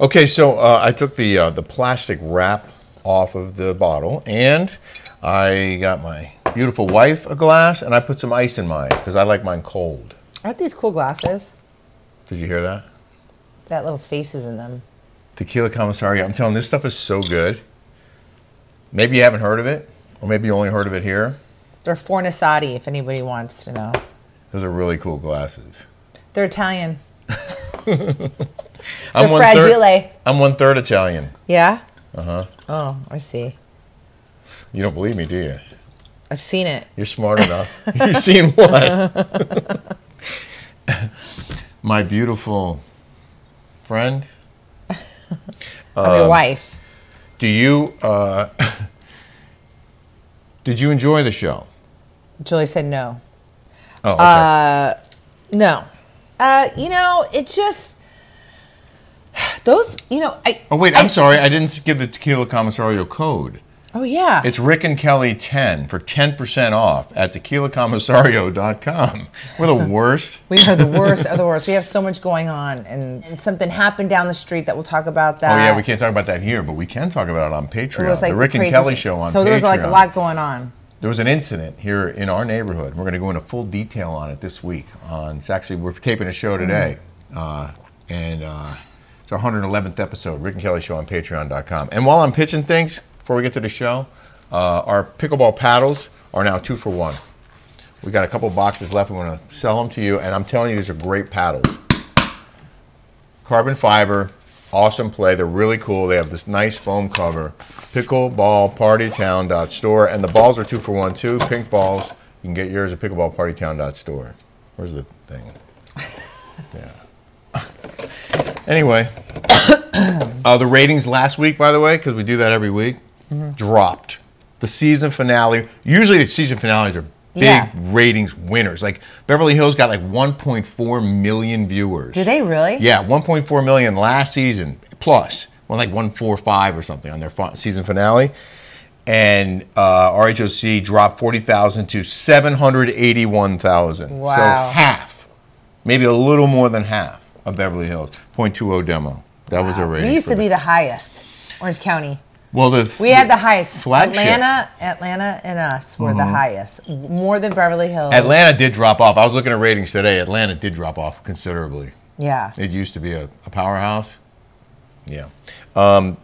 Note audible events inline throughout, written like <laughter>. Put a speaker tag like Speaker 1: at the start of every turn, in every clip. Speaker 1: Okay, so uh, I took the uh, the plastic wrap off of the bottle, and I got my beautiful wife a glass, and I put some ice in mine because I like mine cold.
Speaker 2: Aren't these cool glasses?
Speaker 1: Did you hear that?
Speaker 2: That little faces in them.
Speaker 1: Tequila commissary. I'm telling you, this stuff is so good. Maybe you haven't heard of it, or maybe you only heard of it here.
Speaker 2: They're Fornassati, if anybody wants to know.
Speaker 1: Those are really cool glasses.
Speaker 2: They're Italian.
Speaker 1: I'm
Speaker 2: They're
Speaker 1: one third-
Speaker 2: fragile.
Speaker 1: I'm one third Italian.
Speaker 2: Yeah?
Speaker 1: Uh-huh.
Speaker 2: Uh huh. Oh, I see.
Speaker 1: You don't believe me, do you?
Speaker 2: I've seen it.
Speaker 1: You're smart enough. <laughs> You've seen what? <laughs> My beautiful friend.
Speaker 2: I'm
Speaker 1: Um,
Speaker 2: your wife.
Speaker 1: Do you? Uh, <laughs> did you enjoy the show?
Speaker 2: Julie said no.
Speaker 1: Oh, okay.
Speaker 2: Uh, No. Uh, you know, it just. Those, you know, I.
Speaker 1: oh wait, I'm sorry. I didn't give the Tequila Commissario code.
Speaker 2: Oh, yeah.
Speaker 1: It's Rick and Kelly 10 for 10% off at tequilacommissario.com. We're the worst.
Speaker 2: We are
Speaker 1: <laughs>
Speaker 2: the worst of the worst. We have so much going on, and, and something happened down the street that we'll talk about.
Speaker 1: Oh
Speaker 2: That
Speaker 1: yeah, we can't talk about that here, but we can talk about it on Patreon.
Speaker 2: Uh, It was like
Speaker 1: the Rick and
Speaker 2: crazy
Speaker 1: Kelly
Speaker 2: thing.
Speaker 1: show on Patreon.
Speaker 2: So there was like a lot going on.
Speaker 1: There was an incident here in our neighborhood. We're going to go into full detail on it this week. On it's actually we're taping a show today, uh, and uh, it's our 111th episode. Rick and Kelly Show on Patreon.com. And while I'm pitching things before we get to the show, uh, our pickleball paddles are now two for one. We got a couple boxes left. I'm going to sell them to you, and I'm telling you, these are great paddles. Carbon fiber, awesome play. They're really cool. They have this nice foam cover. Pickleballpartytown.store, and the balls are two for one too. Pink balls. You can get yours at pickleballpartytown.store. Where's the thing? Yeah. anyway, uh, the ratings last week, by the way, because we do that every week, dropped. The season finale. Usually, the season finales are big
Speaker 2: Yeah.
Speaker 1: ratings winners. Like Beverly Hills got like 1.4 million viewers.
Speaker 2: Do they really?
Speaker 1: Yeah, 1.4 million last season plus, well, like 145 or something on their fi- season finale. And uh, RHOC dropped 40,000 to 781,000. So
Speaker 2: Wow.
Speaker 1: half, maybe a little more than half of Beverly Hills. 0.20 demo. That was their rating.
Speaker 2: We used
Speaker 1: for
Speaker 2: to be
Speaker 1: the-
Speaker 2: the highest, Orange County.
Speaker 1: well, the
Speaker 2: We had the highest.
Speaker 1: flagship. Mm-hmm.
Speaker 2: Atlanta, Atlanta, and us were the highest, more than Beverly Hills.
Speaker 1: Atlanta did drop off. I was looking at ratings today. Atlanta did drop off considerably.
Speaker 2: Yeah.
Speaker 1: It used to be a, a powerhouse. Yeah. Um,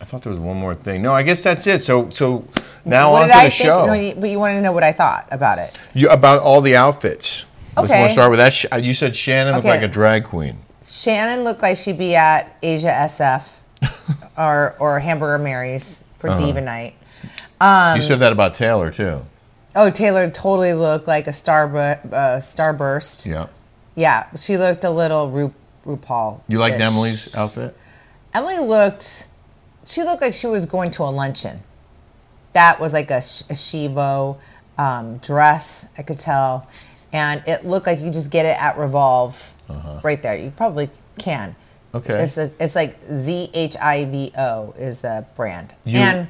Speaker 1: I thought there was one more thing. No, I guess that's it. So so now
Speaker 2: What
Speaker 1: on
Speaker 2: did
Speaker 1: to the
Speaker 2: I think?
Speaker 1: show.
Speaker 2: No, you- but you wanted to know what I thought about it.
Speaker 1: You- about all the outfits. Let's
Speaker 2: Okay.
Speaker 1: want to start with that. Sh- uh, You said Shannon looked
Speaker 2: Okay.
Speaker 1: like a drag queen.
Speaker 2: Shannon looked like she'd be at Asia SF
Speaker 1: <laughs>
Speaker 2: or or Hamburger Mary's for
Speaker 1: Uh-huh.
Speaker 2: Diva Night.
Speaker 1: you
Speaker 2: Um,
Speaker 1: said that about Taylor too.
Speaker 2: Oh, Taylor totally looked like a star uh, starburst.
Speaker 1: Yeah.
Speaker 2: Yeah, she looked a little Ru- RuPaul.
Speaker 1: You liked Emily's outfit?
Speaker 2: Emily looked. She looked like she was going to a luncheon. That was like a, sh- a Shivo um, dress. I could tell, and it looked like you just get it at Revolve right there. You probably can.
Speaker 1: Uh-huh. Okay.
Speaker 2: It's a, it's like Z H I V O is the brand,
Speaker 1: You-
Speaker 2: and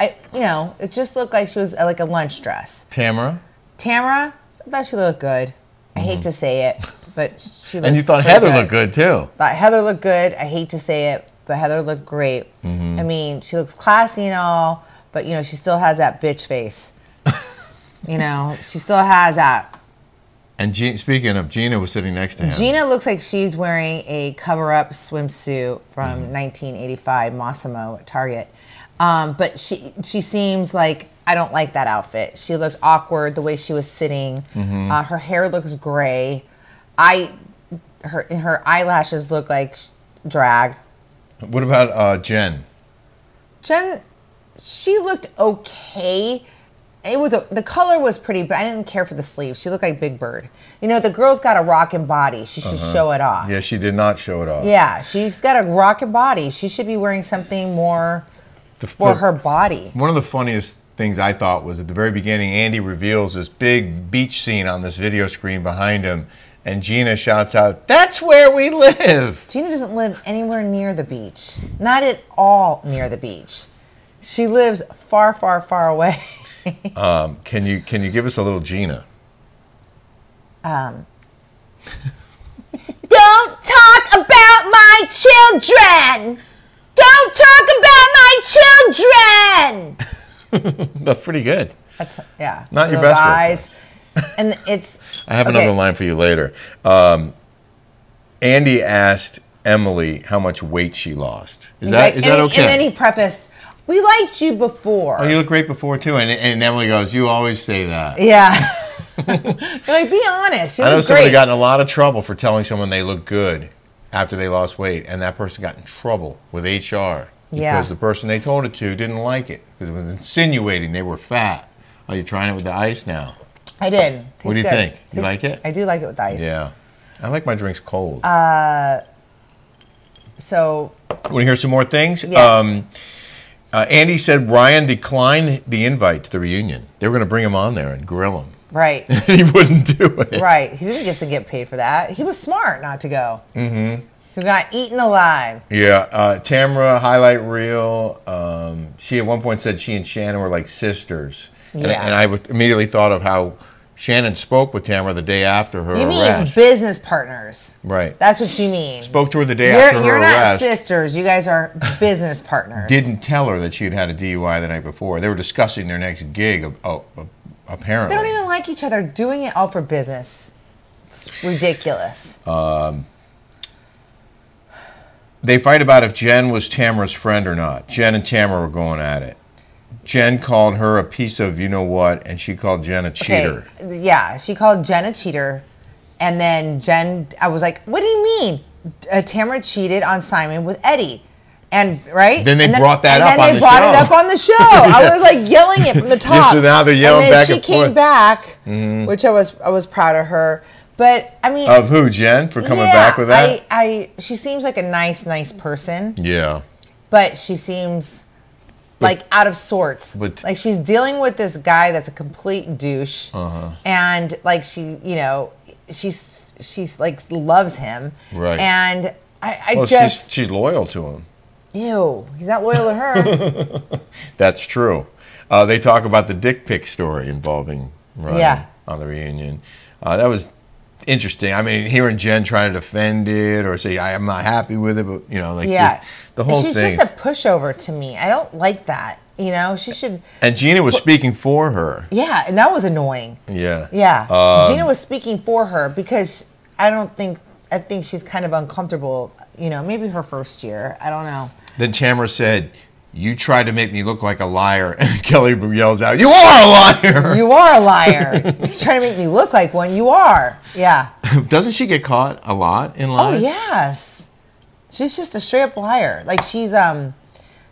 Speaker 2: I you know it just looked like she was at like a lunch dress.
Speaker 1: Tamara?
Speaker 2: Tamara, I thought she looked good. I hate to say it, but she looked
Speaker 1: Mm-hmm. And you thought
Speaker 2: pretty
Speaker 1: Heather looked good too.
Speaker 2: Thought Heather looked good. I hate to say it, but Heather looked great. I mean, she looks classy and all, but you know, she still has that bitch face. you know, she still has that.
Speaker 1: And Gina, speaking of, Gina was sitting next to him.
Speaker 2: Gina looks like she's wearing a cover-up swimsuit from 1985 Massimo at Target. Um, but she she seems like I don't like that outfit. She looked awkward the way she was sitting. Uh, her hair looks gray. I her her eyelashes look like sh- drag.
Speaker 1: What about uh, Jen?
Speaker 2: Jen, she looked okay. It was a, the color was pretty, but I didn't care for the sleeves. She looked like Big Bird. You know, the girl's got a rockin' body. She should show it off.
Speaker 1: Yeah, she did not show it off.
Speaker 2: Yeah, she's got a rockin' body. She should be wearing something more
Speaker 1: The-
Speaker 2: for
Speaker 1: the-
Speaker 2: her body.
Speaker 1: One of the funniest things I thought was at the very beginning, Andy reveals this big beach scene on this video screen behind him, and Gina shouts out, That's where we live!
Speaker 2: Gina doesn't live anywhere near the beach. Not at all near the beach. She lives far, far, far away. <laughs>
Speaker 1: Um, can you can you give us a little Gina?
Speaker 2: Don't talk talk about my children. Don't talk about my children.
Speaker 1: That's pretty good.
Speaker 2: That's yeah.
Speaker 1: Not your
Speaker 2: those
Speaker 1: best work.
Speaker 2: eyes. And
Speaker 1: <laughs>
Speaker 2: it's
Speaker 1: I have
Speaker 2: Okay.
Speaker 1: another line for you later. Um, Andy asked Emily how much weight she lost. Is that
Speaker 2: like-
Speaker 1: is that
Speaker 2: and,
Speaker 1: okay?
Speaker 2: And then he prefaced, "We liked you before."
Speaker 1: oh, you look great before too, and, and Emily goes, "You always say that." <laughs>
Speaker 2: yeah. like, be honest. You
Speaker 1: I know
Speaker 2: look
Speaker 1: somebody
Speaker 2: great.
Speaker 1: got in a lot of trouble for telling someone they look good after they lost weight, and that person got in trouble with HR because
Speaker 2: Yeah.
Speaker 1: the person they told it to didn't like it because it was insinuating they were fat. Are you trying it with the ice now?
Speaker 2: I did. Tastes
Speaker 1: What do you
Speaker 2: good.
Speaker 1: think? You
Speaker 2: Tastes-
Speaker 1: like it?
Speaker 2: I do like it with ice.
Speaker 1: Yeah, I like my drinks cold.
Speaker 2: Uh, So
Speaker 1: Want to hear some more things? Um,
Speaker 2: Yes.
Speaker 1: uh, Andy said Ryan declined the invite to the reunion. They were going to bring him on there and grill him. <laughs>
Speaker 2: right, <laughs>
Speaker 1: he wouldn't do it.
Speaker 2: right. He didn't get to get paid for that. He was smart not to go. Mm-hmm. He got eaten alive.
Speaker 1: Yeah. Uh, Tamara, highlight reel. Um, she at one point said she and Shannon were like sisters. And,
Speaker 2: Yeah.
Speaker 1: and I was- immediately thought of how Shannon spoke with Tamara the day after her
Speaker 2: You mean
Speaker 1: arrest.
Speaker 2: business partners?
Speaker 1: right.
Speaker 2: That's what you mean.
Speaker 1: spoke to her the day after
Speaker 2: You're,
Speaker 1: her
Speaker 2: you're not
Speaker 1: arrest.
Speaker 2: sisters. You guys are business partners.
Speaker 1: Didn't tell her that she had had a DUI the night before. They were discussing their next gig. uh, Oh, uh, apparently.
Speaker 2: They don't even like each other. Doing it all for business. It's ridiculous.
Speaker 1: They fight about if Jen was Tamara's friend or not. Jen and Tamara were going at it. Jen called her a piece of you know what, and she called Jen a cheater.
Speaker 2: Okay. Yeah, she called Jen a cheater, and then Jen, I was like, "What do you mean? Uh, Tamara cheated on Simon with Eddie." And right,
Speaker 1: Then they
Speaker 2: And
Speaker 1: brought that
Speaker 2: and
Speaker 1: up
Speaker 2: Then
Speaker 1: on
Speaker 2: they
Speaker 1: the
Speaker 2: brought it
Speaker 1: show.
Speaker 2: up on the show.
Speaker 1: <laughs>
Speaker 2: I was like yelling it from the top.
Speaker 1: so now they're yelling
Speaker 2: and then
Speaker 1: back
Speaker 2: She
Speaker 1: and
Speaker 2: came
Speaker 1: forth. Mm-hmm.
Speaker 2: back, which I was I was proud of her. But I mean,
Speaker 1: Of who, Jen, for Oh, coming
Speaker 2: yeah,
Speaker 1: back with that?
Speaker 2: I, I she seems like a nice, nice person,
Speaker 1: yeah.
Speaker 2: but she seems like out of sorts.
Speaker 1: but-
Speaker 2: like she's dealing with this guy that's a complete douche,
Speaker 1: Uh-huh.
Speaker 2: and like she, you know, she's she's like loves him,
Speaker 1: Right.
Speaker 2: And I, I
Speaker 1: Well,
Speaker 2: just
Speaker 1: she's, she's loyal to him.
Speaker 2: ew, he's not loyal
Speaker 1: <laughs>
Speaker 2: to her.
Speaker 1: That's true. Uh, they talk about the dick pic story involving Ryan
Speaker 2: Yeah.
Speaker 1: on the reunion. Uh, that was interesting. I mean, hearing Jen trying to defend it or say I am not happy with it, but you know, like
Speaker 2: yeah,
Speaker 1: this- the whole
Speaker 2: she's
Speaker 1: thing.
Speaker 2: just a pushover to me. I don't like that. You know, she should.
Speaker 1: and Gina was speaking for her.
Speaker 2: Yeah, and that was annoying.
Speaker 1: Yeah.
Speaker 2: Yeah.
Speaker 1: Um,
Speaker 2: Gina was speaking for her because I don't think I think she's kind of uncomfortable, you know, maybe her first year. I don't know.
Speaker 1: Then Tamara said, "You tried to make me look like a liar." <laughs> And Kelly yells out, "You are a
Speaker 2: <laughs>
Speaker 1: liar!"
Speaker 2: You are a liar. She's trying to make me look like one. You are. Yeah.
Speaker 1: Doesn't she get caught a lot in
Speaker 2: Oh
Speaker 1: lies?
Speaker 2: yes. She's just a straight up liar. Like she's um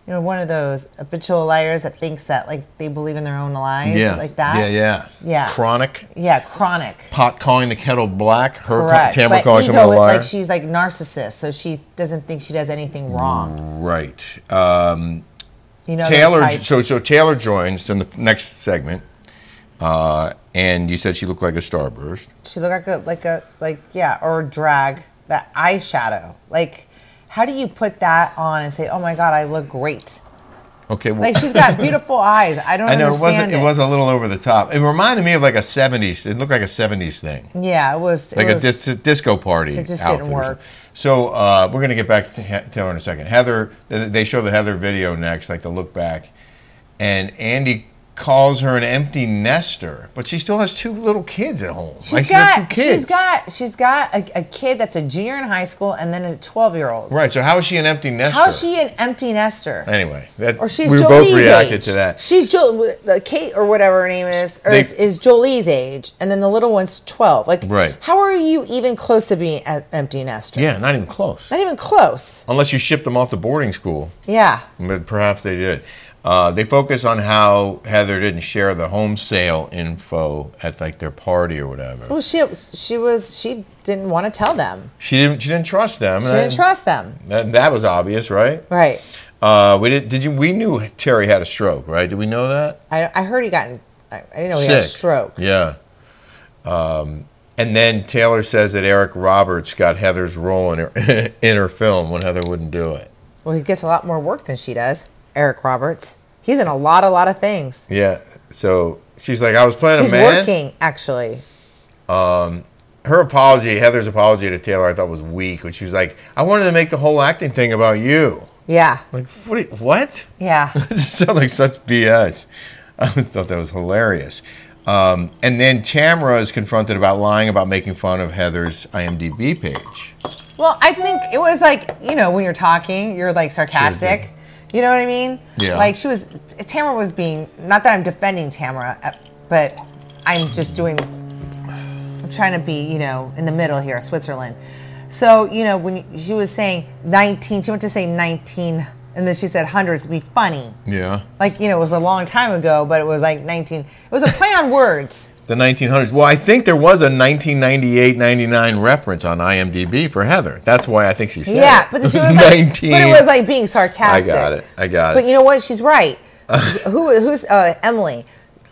Speaker 2: you know, one of those habitual liars that thinks that like they believe in their own lies.
Speaker 1: Yeah.
Speaker 2: Like that.
Speaker 1: Yeah, yeah,
Speaker 2: Yeah.
Speaker 1: Chronic
Speaker 2: Yeah, chronic.
Speaker 1: pot calling the kettle black. Her ca-
Speaker 2: Correct.
Speaker 1: Tamara
Speaker 2: but
Speaker 1: calling someone a
Speaker 2: ego,
Speaker 1: liar.
Speaker 2: like she's like narcissist, so she doesn't think she does anything
Speaker 1: Mm.
Speaker 2: wrong.
Speaker 1: right. Um,
Speaker 2: You know, those
Speaker 1: Taylor.
Speaker 2: types.
Speaker 1: So so Taylor joins in the next segment, uh, and you said she looked like a starburst.
Speaker 2: She looked like a like a like yeah, or drag that eyeshadow. Like, how do you put that on and say, "Oh my God, I look great"?
Speaker 1: Okay. Well,
Speaker 2: Like she's got beautiful eyes. I don't
Speaker 1: I know it
Speaker 2: understand
Speaker 1: wasn't. It was a little over the top. It reminded me of like a '70s. It looked like a '70s thing.
Speaker 2: Yeah, it was. it
Speaker 1: like a
Speaker 2: was-
Speaker 1: dis- disco party.
Speaker 2: It just
Speaker 1: outfit
Speaker 2: didn't
Speaker 1: or
Speaker 2: work.
Speaker 1: something. So uh, we're gonna get back to he- Taylor in a second. Heather, th- they show the Heather video next, like the look back, and Andy calls her an empty nester, but she still has two little kids at home.
Speaker 2: She's
Speaker 1: like, she has
Speaker 2: got.
Speaker 1: two kids.
Speaker 2: She's got. She's got a, a kid that's a junior in high school and then a twelve-year-old.
Speaker 1: right. So how is she an empty nester?
Speaker 2: How is she an empty nester?
Speaker 1: Anyway, that
Speaker 2: Or she's
Speaker 1: we
Speaker 2: Jolie's
Speaker 1: both reacted
Speaker 2: age.
Speaker 1: to that.
Speaker 2: She's jo- the Kate or whatever her name is, or
Speaker 1: They-
Speaker 2: is, is Jolie's age, and then the little one's twelve. Like,
Speaker 1: Right.
Speaker 2: How are you even close to being an empty nester?
Speaker 1: Yeah, not even close.
Speaker 2: Not even close.
Speaker 1: Unless you shipped them off to boarding school.
Speaker 2: Yeah.
Speaker 1: But perhaps they did. Uh, they focus on how Heather didn't share the home sale info at like their party or whatever.
Speaker 2: Well, she she was she didn't want to tell them.
Speaker 1: She didn't. She didn't trust them.
Speaker 2: She didn't trust them.
Speaker 1: That, that was obvious, right?
Speaker 2: Right.
Speaker 1: Uh, we did. Did you? We knew Terry had a stroke, right? Did we know that?
Speaker 2: I, I heard he got. In, I, I didn't know he had a
Speaker 1: Sick.
Speaker 2: Oh, stroke.
Speaker 1: Yeah. Um, and then Taylor says that Eric Roberts got Heather's role in her <laughs> in her film when Heather wouldn't do it.
Speaker 2: Well, he gets a lot more work than she does. Eric Roberts. He's in a lot, a lot of things.
Speaker 1: Yeah. So she's like, I was playing a
Speaker 2: He's
Speaker 1: man.
Speaker 2: working actually.
Speaker 1: her apology, Heather's apology to Taylor, I thought was weak. When she was like, "I wanted to make the whole acting thing about you."
Speaker 2: Yeah.
Speaker 1: Like, what? do you- What?
Speaker 2: Yeah.
Speaker 1: <laughs> it sounds like such BS. I just thought that was hilarious. Um, and then Tamra is confronted about lying about making fun of Heather's IMDb page.
Speaker 2: Well, I think it was like, you know, when you're talking, you're like sarcastic. You know what I mean?
Speaker 1: Yeah.
Speaker 2: Like she was, Tamara was being, not that I'm defending Tamara, uh, but I'm just doing, I'm trying to be, you know, in the middle here, Switzerland. So, you know, when she was saying 19, she went to say 19, and then she said hundreds would be funny.
Speaker 1: Yeah.
Speaker 2: Like, you know, it was a long time ago, but it was like 19. It was a play on words.
Speaker 1: The 1900s. Well, I think there was a 1998-99 reference on IMDb for Heather. That's why I think she said
Speaker 2: Yeah,
Speaker 1: it.
Speaker 2: but
Speaker 1: This <laughs>
Speaker 2: she
Speaker 1: is
Speaker 2: was like,
Speaker 1: 19.
Speaker 2: but it was like being sarcastic.
Speaker 1: I got it. I got
Speaker 2: But
Speaker 1: it.
Speaker 2: you know what?
Speaker 1: <laughs>
Speaker 2: She's right. Who, who's uh, Emily?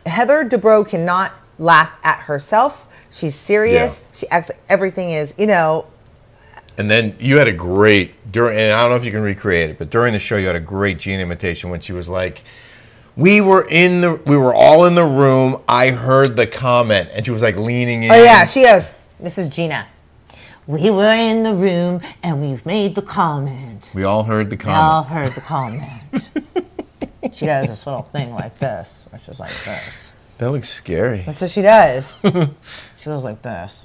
Speaker 2: Heather Dubrow cannot laugh at herself. She's serious.
Speaker 1: Yeah.
Speaker 2: She acts like everything is, you know.
Speaker 1: And then you had a great during. And I don't know if you can recreate it, but during the show, you had a great Gene imitation when she was like, "We were in the, we were all in the room. I heard the comment," and she was like leaning in.
Speaker 2: Oh yeah, she goes. This is Gina. We were in the room and we made the comment.
Speaker 1: we all heard the
Speaker 2: We all
Speaker 1: comment.
Speaker 2: heard the
Speaker 1: <laughs>
Speaker 2: comment. she does this little thing like this, which is like this.
Speaker 1: That looks scary.
Speaker 2: That's what she
Speaker 1: <laughs>
Speaker 2: does. she goes like this.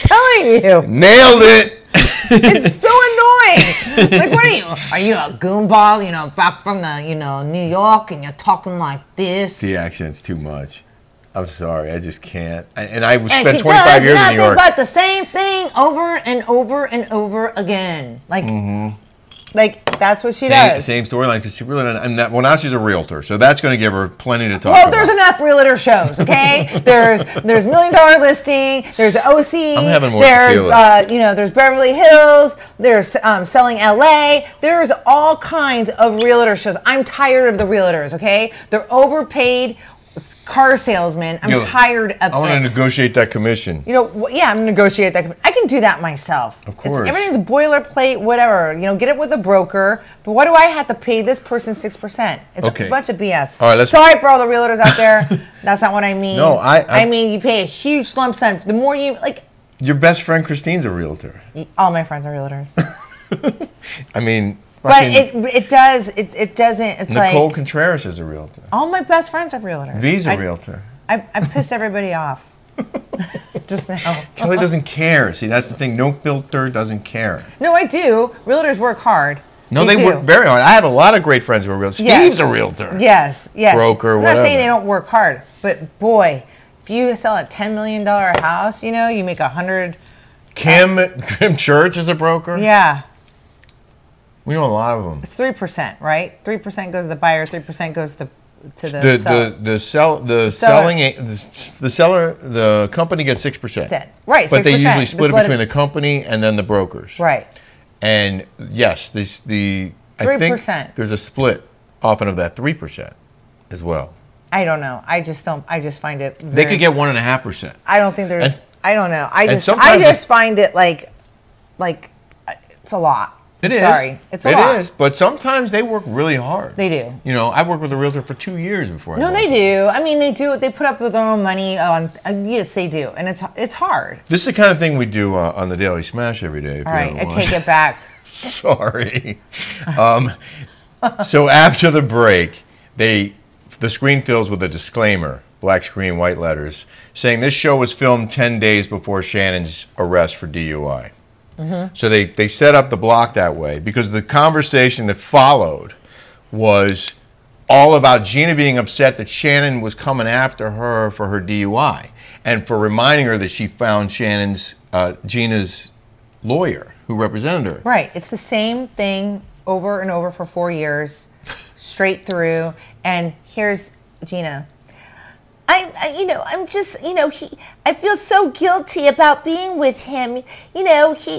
Speaker 2: Telling you,
Speaker 1: Nailed it.
Speaker 2: it's so annoying. like, what are you? Are you a goonball? You know, back from the, you know, New York, and you're talking like this.
Speaker 1: The accent's too much. I'm sorry, I just can't. I- And I
Speaker 2: And
Speaker 1: spent
Speaker 2: she does
Speaker 1: 25 years in
Speaker 2: nothing
Speaker 1: New York.
Speaker 2: but the same thing over and over and over again. Like, like that's what she
Speaker 1: Mm-hmm. same,
Speaker 2: does.
Speaker 1: same storyline because she really doesn't. And that, well, now she's a realtor, so that's going to give her plenty to talk
Speaker 2: Well,
Speaker 1: about.
Speaker 2: there's enough realtor shows,
Speaker 1: <laughs>
Speaker 2: okay? there's there's million dollar listing. There's OC.
Speaker 1: I'm having more
Speaker 2: There's
Speaker 1: tequila.
Speaker 2: uh, you know there's Beverly Hills. There's um, selling LA. There's all kinds of realtor shows. I'm tired of the realtors, okay? They're overpaid s- car salesmen. I'm
Speaker 1: You know,
Speaker 2: tired of
Speaker 1: I want to
Speaker 2: it.
Speaker 1: negotiate that commission.
Speaker 2: you know, wh- yeah, I'm gonna negotiate that. I can do that myself. Of
Speaker 1: course.
Speaker 2: everything's boilerplate, whatever. You know, get it with a broker. But why do I have to pay this person six percent? It's
Speaker 1: Okay.
Speaker 2: a bunch of BS.
Speaker 1: All right, let's-
Speaker 2: Sorry for all the realtors
Speaker 1: <laughs>
Speaker 2: out there. That's not what I mean.
Speaker 1: No, I- I-
Speaker 2: mean, you pay a huge lump sum. The more you like,
Speaker 1: Your best friend Christine's a realtor.
Speaker 2: all my friends are
Speaker 1: <laughs>
Speaker 2: realtors,
Speaker 1: I mean,
Speaker 2: but
Speaker 1: fucking
Speaker 2: it it does it it doesn't. It's
Speaker 1: Nicole
Speaker 2: like
Speaker 1: Contreras is a realtor.
Speaker 2: all my best friends are realtors.
Speaker 1: V's a
Speaker 2: I-
Speaker 1: realtor.
Speaker 2: I, I
Speaker 1: <laughs>
Speaker 2: pissed everybody off <laughs> just now.
Speaker 1: Kelly doesn't care. See, that's the thing. No filter doesn't care.
Speaker 2: No, I do. Realtors work hard.
Speaker 1: No, they,
Speaker 2: do.
Speaker 1: work very hard. I have a lot of great friends who are realtors.
Speaker 2: Yes.
Speaker 1: Steve's a realtor.
Speaker 2: Yes, yes.
Speaker 1: Broker,
Speaker 2: I'm not
Speaker 1: whatever.
Speaker 2: saying they don't work hard, but boy, if you sell a ten million dollar house, you know, you make a hundred.
Speaker 1: Kim, Kim Church is a broker.
Speaker 2: Yeah,
Speaker 1: We know a lot of them.
Speaker 2: it's three percent, right? Three percent goes to the buyer, three percent goes to the to the,
Speaker 1: The,
Speaker 2: seller.
Speaker 1: the the sell the
Speaker 2: Seller.
Speaker 1: selling a- the, s- the seller the company gets six percent
Speaker 2: That's it. Right,
Speaker 1: but they
Speaker 2: 6%.
Speaker 1: usually
Speaker 2: That's
Speaker 1: split it
Speaker 2: what it-
Speaker 1: between the company and then the brokers
Speaker 2: right.
Speaker 1: and yes this the I think
Speaker 2: 3%.
Speaker 1: there's a split often of that three percent as well
Speaker 2: I don't know. I just don't. I just find it. Very,
Speaker 1: they could get one and a half percent
Speaker 2: I don't think there's.
Speaker 1: and-
Speaker 2: I don't know. I just. I
Speaker 1: sometimes
Speaker 2: just
Speaker 1: it-
Speaker 2: find it like, like, uh, it's a lot.
Speaker 1: It
Speaker 2: I'm
Speaker 1: is.
Speaker 2: Sorry, it's a
Speaker 1: It
Speaker 2: lot.
Speaker 1: is, But sometimes they work really hard.
Speaker 2: They do.
Speaker 1: You know, I worked with a realtor for two years before. I
Speaker 2: No, they
Speaker 1: moved.
Speaker 2: do. I mean, they do. They put up with their own money. On uh, yes, they do, and it's it's hard.
Speaker 1: This is the kind of thing we do uh, on the Daily Smash every day. If
Speaker 2: All
Speaker 1: you
Speaker 2: right, I
Speaker 1: haven't
Speaker 2: take
Speaker 1: watched.
Speaker 2: it back.
Speaker 1: Sorry. Um, so after the break, they the screen fills with a disclaimer, black screen, white letters, saying this show was filmed ten days before Shannon's arrest for DUI. So they, they set up the block that way because the conversation that followed was all about Gina being upset that Shannon was coming after her for her DUI and for reminding her that she found Shannon's uh, Gina's lawyer who represented her.
Speaker 2: Right. It's the same thing over and over for four years, straight through. And here's Gina. I, I, you know, I'm just, you know, he. I feel so guilty about being with him. You know, he.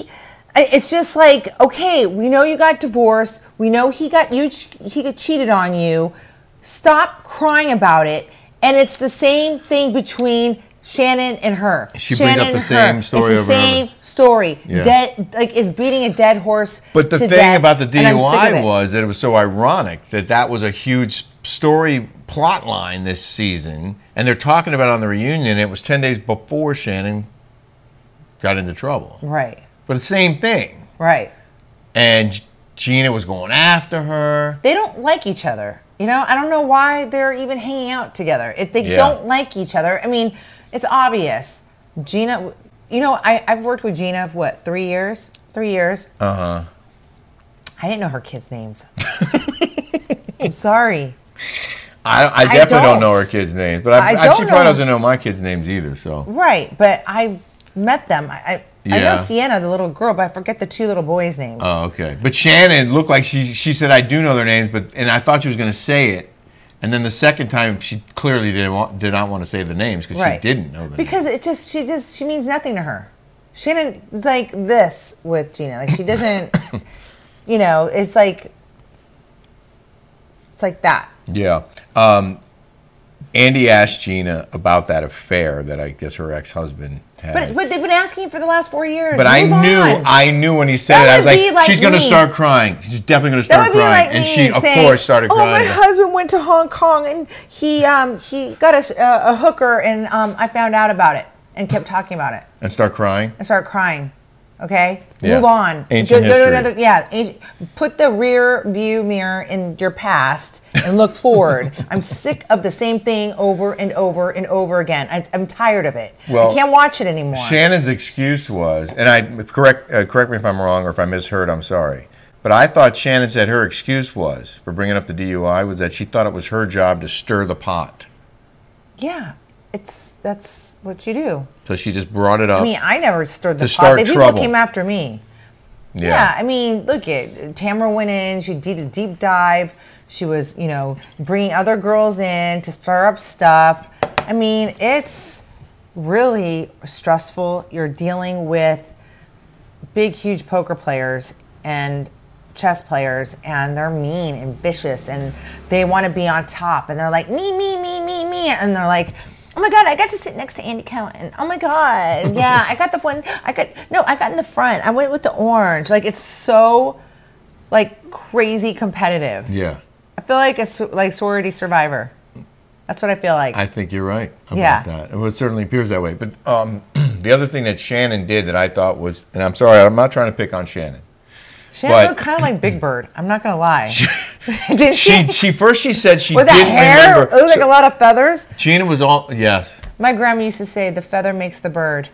Speaker 2: I- It's just like, okay, we know you got divorced. We know he got you. ch- He got cheated on you. Stop crying about it. And it's the same thing between Shannon and her.
Speaker 1: She brings up the
Speaker 2: Shannon and
Speaker 1: same
Speaker 2: her.
Speaker 1: story
Speaker 2: It's the
Speaker 1: over and over.
Speaker 2: same story.
Speaker 1: Yeah.
Speaker 2: Dead, like is beating a dead horse.
Speaker 1: But the
Speaker 2: to
Speaker 1: thing
Speaker 2: death,
Speaker 1: about the
Speaker 2: and I'm sick of
Speaker 1: DUI
Speaker 2: it.
Speaker 1: was that it was so ironic that that was a huge s- story plot line this season, And they're talking about on the reunion, it was 10 days before Shannon got into trouble.
Speaker 2: Right.
Speaker 1: But the same thing.
Speaker 2: Right.
Speaker 1: And Gina was going after her.
Speaker 2: They don't like each other. You know, I don't know why they're even hanging out together. If they
Speaker 1: Yeah.
Speaker 2: don't like each other, I mean, it's obvious. Gina, you know, I, I've worked with Gina for what, three years? Three years. Uh huh.
Speaker 1: Uh-huh.
Speaker 2: I didn't know her kids' names. <laughs> I'm sorry.
Speaker 1: I, I definitely don't. know
Speaker 2: don't.
Speaker 1: her kids' names, but I,
Speaker 2: I
Speaker 1: I,
Speaker 2: don't
Speaker 1: she
Speaker 2: know-
Speaker 1: probably doesn't know my kids' names either. So
Speaker 2: Right, but I met them. I, I, I know
Speaker 1: Yeah.
Speaker 2: Sienna, the little girl, but I forget the two little boys' names.
Speaker 1: Oh, okay. But Shannon looked like she she said I do know their names, but and I thought she was going to say it, and then the second time she clearly didn't want, did not want to say the names because
Speaker 2: right.
Speaker 1: she didn't know them.
Speaker 2: Because it just, she just, she means nothing to her. Shannon's like this with Gina. Like, she
Speaker 1: <coughs>
Speaker 2: doesn't, you know, it's like, it's like that.
Speaker 1: yeah. Um, Andy asked Gina about that affair that I guess her ex husband had.
Speaker 2: But, but they've been asking for the last four years.
Speaker 1: But I
Speaker 2: Move
Speaker 1: knew,
Speaker 2: on.
Speaker 1: I knew when he said
Speaker 2: That
Speaker 1: it. I was
Speaker 2: would
Speaker 1: like,
Speaker 2: be like
Speaker 1: she's going to
Speaker 2: me.
Speaker 1: start crying. She's definitely going to
Speaker 2: That
Speaker 1: start
Speaker 2: would be
Speaker 1: crying.
Speaker 2: like
Speaker 1: and
Speaker 2: me
Speaker 1: she, of
Speaker 2: saying,
Speaker 1: course, started
Speaker 2: "Oh, my
Speaker 1: crying.
Speaker 2: husband went to Hong Kong and he um, he got a, s- a- a hooker, and um, I found out about it and kept talking about it
Speaker 1: and start crying.
Speaker 2: and start crying." Okay,
Speaker 1: Yeah.
Speaker 2: move on.
Speaker 1: Ancient history.
Speaker 2: yeah, anci- put the rear view mirror in your past and
Speaker 1: <laughs>
Speaker 2: look forward. I'm sick of the same thing over and over and over again. I, I'm tired of it.
Speaker 1: Well,
Speaker 2: I can't watch it anymore.
Speaker 1: Shannon's excuse was, and I correct uh, correct me if I'm wrong or if I misheard. I'm sorry, but I thought Shannon said her excuse was for bringing up the DUI was that she thought it was her job to stir the pot,
Speaker 2: yeah, it's that's what you do.
Speaker 1: so she just brought it up.
Speaker 2: I mean, I never stirred the
Speaker 1: To
Speaker 2: pot.
Speaker 1: start
Speaker 2: The people
Speaker 1: trouble.
Speaker 2: came after me. Yeah. I mean, look at Tamara went in. She did a deep dive. She was, you know, bringing other girls in to stir up stuff. I mean, it's really stressful. You're dealing with big, huge poker players and chess players, and they're mean and vicious, and they want to be on top, and they're like me, me, me, me, me, and they're like. Oh my God! I got to sit next to Andy Cohen. Oh
Speaker 1: <laughs>
Speaker 2: my God! Yeah, I got the one. I got no. I got in the front. I went with the orange. Like it's so, like crazy competitive.
Speaker 1: yeah,
Speaker 2: I feel like a so- like sorority survivor. That's what I feel like.
Speaker 1: I think you're right about
Speaker 2: Yeah.
Speaker 1: that. Well, it certainly appears that way. But um, <clears throat> the other thing that Shannon did that I thought was, and I'm sorry, I'm not trying to pick on Shannon.
Speaker 2: Shannon
Speaker 1: but-
Speaker 2: looked kind of like Big Bird. I'm not gonna
Speaker 1: <laughs>
Speaker 2: lie. <laughs> Did she?
Speaker 1: She
Speaker 2: <laughs>
Speaker 1: she first she said she
Speaker 2: With that
Speaker 1: didn't
Speaker 2: hair,
Speaker 1: remember.
Speaker 2: it looked like a lot of feathers.
Speaker 1: Gina was all yes.
Speaker 2: My grandma used to say, "The feather makes the bird."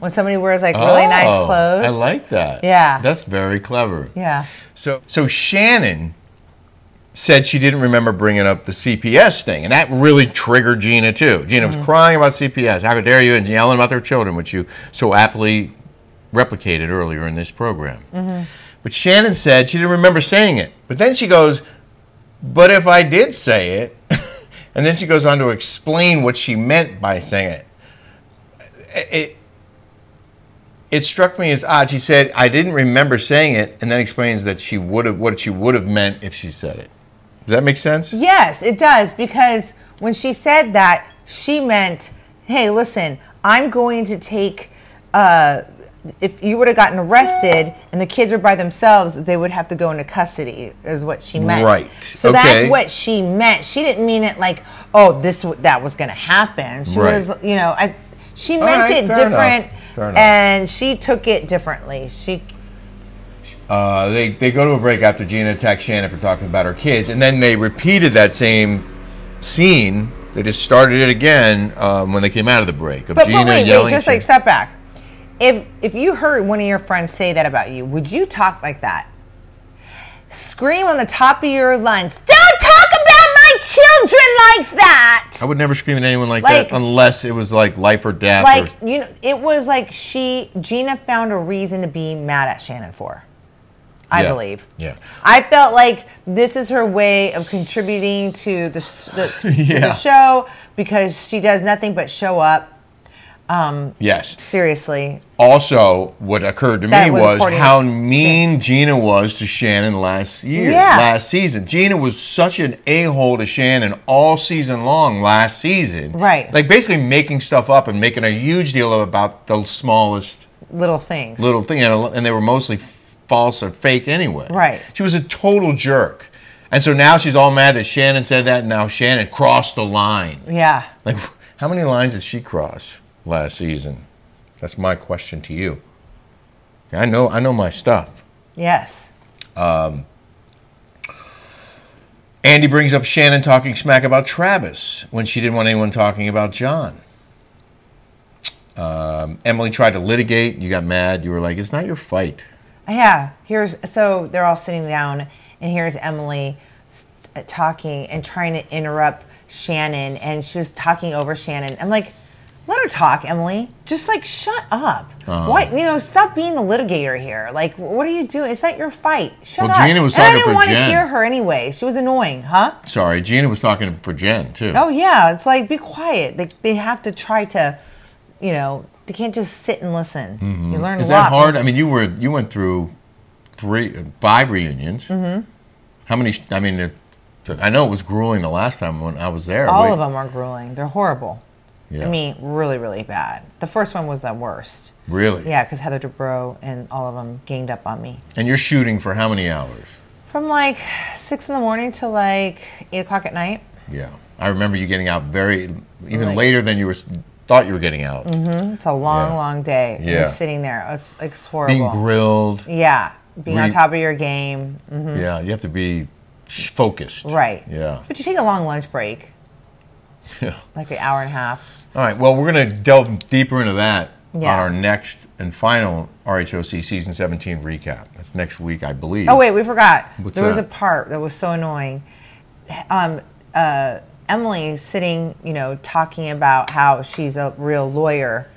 Speaker 2: When somebody wears like really nice
Speaker 1: Oh,
Speaker 2: clothes,
Speaker 1: I like that.
Speaker 2: Yeah.
Speaker 1: that's very clever.
Speaker 2: Yeah,
Speaker 1: So, so Shannon said she didn't remember bringing up the CPS thing, and that really triggered Gina too. Gina was crying about CPS. How dare you? And yelling about their children, which you so aptly replicated earlier in this program. But Shannon said she didn't remember saying it. But then she goes, "But if I did say it," <laughs> and then she goes on to explain what she meant by saying it. It it struck me as odd. She said, "I didn't remember saying it," and then explains that she would have what she would have meant if she said it. Does that make sense?
Speaker 2: yes, it does because when she said that, she meant, "Hey, listen, I'm going to take." Uh, if you would have gotten arrested and the kids were by themselves, they would have to go into custody, is what she meant.
Speaker 1: Right.
Speaker 2: So
Speaker 1: Okay.
Speaker 2: that's what she meant. She didn't mean it like, oh, this w- that was going to happen. She
Speaker 1: Right.
Speaker 2: was, you know, I, she meant
Speaker 1: right,
Speaker 2: it
Speaker 1: fair enough.
Speaker 2: different,
Speaker 1: Fair enough.
Speaker 2: and she took it differently. She
Speaker 1: Uh, they they go to a break after Gina attacks Shannon for talking about her kids, and then they repeated that same scene. They just started it again um, when they came out of the break of
Speaker 2: But,
Speaker 1: Gina
Speaker 2: but wait,
Speaker 1: yelling.
Speaker 2: wait, just
Speaker 1: at
Speaker 2: like step back. If if you heard one of your friends say that about you, would you talk like that? Scream on the top of your lungs. Don't talk about my children like that.
Speaker 1: I would never scream at anyone like,
Speaker 2: Like-
Speaker 1: that unless it was like life or death.
Speaker 2: Like
Speaker 1: or,
Speaker 2: you know, it was like she Gina found a reason to be mad at Shannon for. I
Speaker 1: Yeah.
Speaker 2: believe.
Speaker 1: Yeah.
Speaker 2: I felt like this is her way of contributing to the, s-
Speaker 1: <laughs>
Speaker 2: the, to
Speaker 1: Yeah.
Speaker 2: the show because she does nothing but show up.
Speaker 1: yes.
Speaker 2: Seriously,
Speaker 1: also what occurred to me
Speaker 2: That was
Speaker 1: was,
Speaker 2: according to
Speaker 1: how mean Gina was to Shannon last year,
Speaker 2: Yeah.
Speaker 1: last season. Gina was such an a hole to Shannon all season long last season.
Speaker 2: Right.
Speaker 1: Like basically making stuff up and making a huge deal about the smallest
Speaker 2: little things.
Speaker 1: little thing, and, and they were mostly false or fake anyway.
Speaker 2: Right.
Speaker 1: She was a total jerk. And so now she's all mad that Shannon said that, and now Shannon crossed the line.
Speaker 2: Yeah.
Speaker 1: Like, how many lines did she cross last season? That's my question to you. I know, I know my stuff.
Speaker 2: Yes.
Speaker 1: Andy brings up Shannon talking smack about Travis when she didn't want anyone talking about John. Um, Emily tried to litigate. You got mad. You were like, "It's not your fight."
Speaker 2: Yeah. Here's so they're all sitting down, and here's Emily s- s- talking and trying to interrupt Shannon, and she was talking over Shannon. I'm like, let her talk, Emily. Just like shut up.
Speaker 1: Uh-huh.
Speaker 2: What you know? Stop being the litigator here. Like, wh- what are you doing? It's not your fight. Shut
Speaker 1: Well,
Speaker 2: up.
Speaker 1: Gina was
Speaker 2: and I
Speaker 1: talking
Speaker 2: didn't
Speaker 1: for
Speaker 2: want to
Speaker 1: Jen.
Speaker 2: hear her anyway. She was annoying, huh?
Speaker 1: Sorry, Gina was talking for Jen too.
Speaker 2: Oh yeah, it's like be quiet. They they have to try to, you know, they can't just sit and listen. You learn
Speaker 1: Mm-hmm. Is
Speaker 2: a lot.
Speaker 1: that hard? I mean, you were you went through three, five reunions. Mm-hmm. How many? I mean, it, I know it was grueling the last time when I was there.
Speaker 2: All
Speaker 1: Wait-
Speaker 2: of them are grueling. They're horrible.
Speaker 1: Yeah.
Speaker 2: I mean, really, really bad. The first one was the worst.
Speaker 1: Really?
Speaker 2: Yeah, because Heather Dubrow and all of them ganged up on me
Speaker 1: And you're shooting for how many hours?
Speaker 2: from like six in the morning to like eight o'clock at night.
Speaker 1: Yeah, I remember you getting out very even
Speaker 2: Like- Mm-hmm.
Speaker 1: later than you were thought you were getting out.
Speaker 2: It's a long,
Speaker 1: Yeah.
Speaker 2: long day. And
Speaker 1: Yeah.
Speaker 2: You're sitting there. It's, it's horrible.
Speaker 1: Being grilled.
Speaker 2: yeah, being on
Speaker 1: Re-
Speaker 2: top of your game.
Speaker 1: Yeah, you have to be sh- focused.
Speaker 2: mm-hmm. Right.
Speaker 1: Yeah.
Speaker 2: But you take a long lunch break,
Speaker 1: Yeah.
Speaker 2: like an hour and a half.
Speaker 1: All right. Well, we're going to delve deeper into that
Speaker 2: Yeah.
Speaker 1: on our next and final RHOC season 17 recap. That's next week, I believe.
Speaker 2: Oh wait, we forgot.
Speaker 1: What's
Speaker 2: there was a
Speaker 1: that?
Speaker 2: part that was so annoying. Um, uh, Emily's sitting, you know, talking about how she's a real lawyer.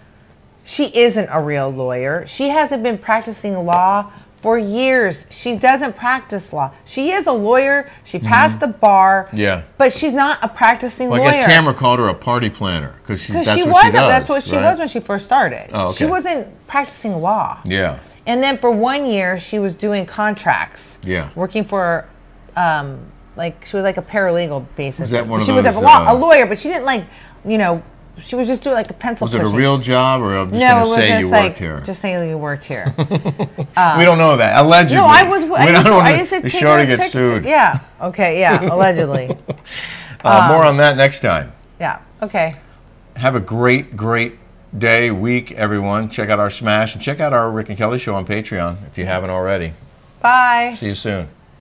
Speaker 2: She isn't a real lawyer. She hasn't been practicing law for years. She doesn't practice law. She is a lawyer. She passed the bar.
Speaker 1: Mm-hmm. Yeah.
Speaker 2: But she's not a practicing
Speaker 1: Well, I
Speaker 2: lawyer.
Speaker 1: guess Tamara called her a party planner because she,
Speaker 2: Because
Speaker 1: that's
Speaker 2: she
Speaker 1: what
Speaker 2: wasn't.
Speaker 1: she does.
Speaker 2: that's what she
Speaker 1: right?
Speaker 2: was when she first started.
Speaker 1: Oh, okay.
Speaker 2: She wasn't practicing law.
Speaker 1: Yeah.
Speaker 2: And then for one year, she was doing contracts.
Speaker 1: Yeah.
Speaker 2: Working for, um, like she was like a paralegal basically.
Speaker 1: that one of
Speaker 2: she was a,
Speaker 1: those,
Speaker 2: law,
Speaker 1: uh,
Speaker 2: a lawyer, but she didn't like, you know, she was just doing like a pencil.
Speaker 1: Was it a
Speaker 2: pushing.
Speaker 1: real job or I'm just
Speaker 2: No, it
Speaker 1: going
Speaker 2: was
Speaker 1: to say
Speaker 2: just
Speaker 1: you
Speaker 2: like
Speaker 1: worked here?
Speaker 2: just saying you
Speaker 1: <laughs>
Speaker 2: worked here.
Speaker 1: we don't know that. Allegedly.
Speaker 2: no, I was.
Speaker 1: We
Speaker 2: I used,
Speaker 1: don't
Speaker 2: to,
Speaker 1: want
Speaker 2: I used to
Speaker 1: the
Speaker 2: take
Speaker 1: show
Speaker 2: her-
Speaker 1: to get
Speaker 2: take-
Speaker 1: sued.
Speaker 2: Yeah. Okay.
Speaker 1: <laughs>
Speaker 2: Yeah. Allegedly. Um,
Speaker 1: Uh, more on that next time.
Speaker 2: yeah. Okay.
Speaker 1: Have a great, great day, week, everyone. Check out our Smash and check out our Rick and Kelly show on Patreon if you haven't already.
Speaker 2: Bye.
Speaker 1: See you soon.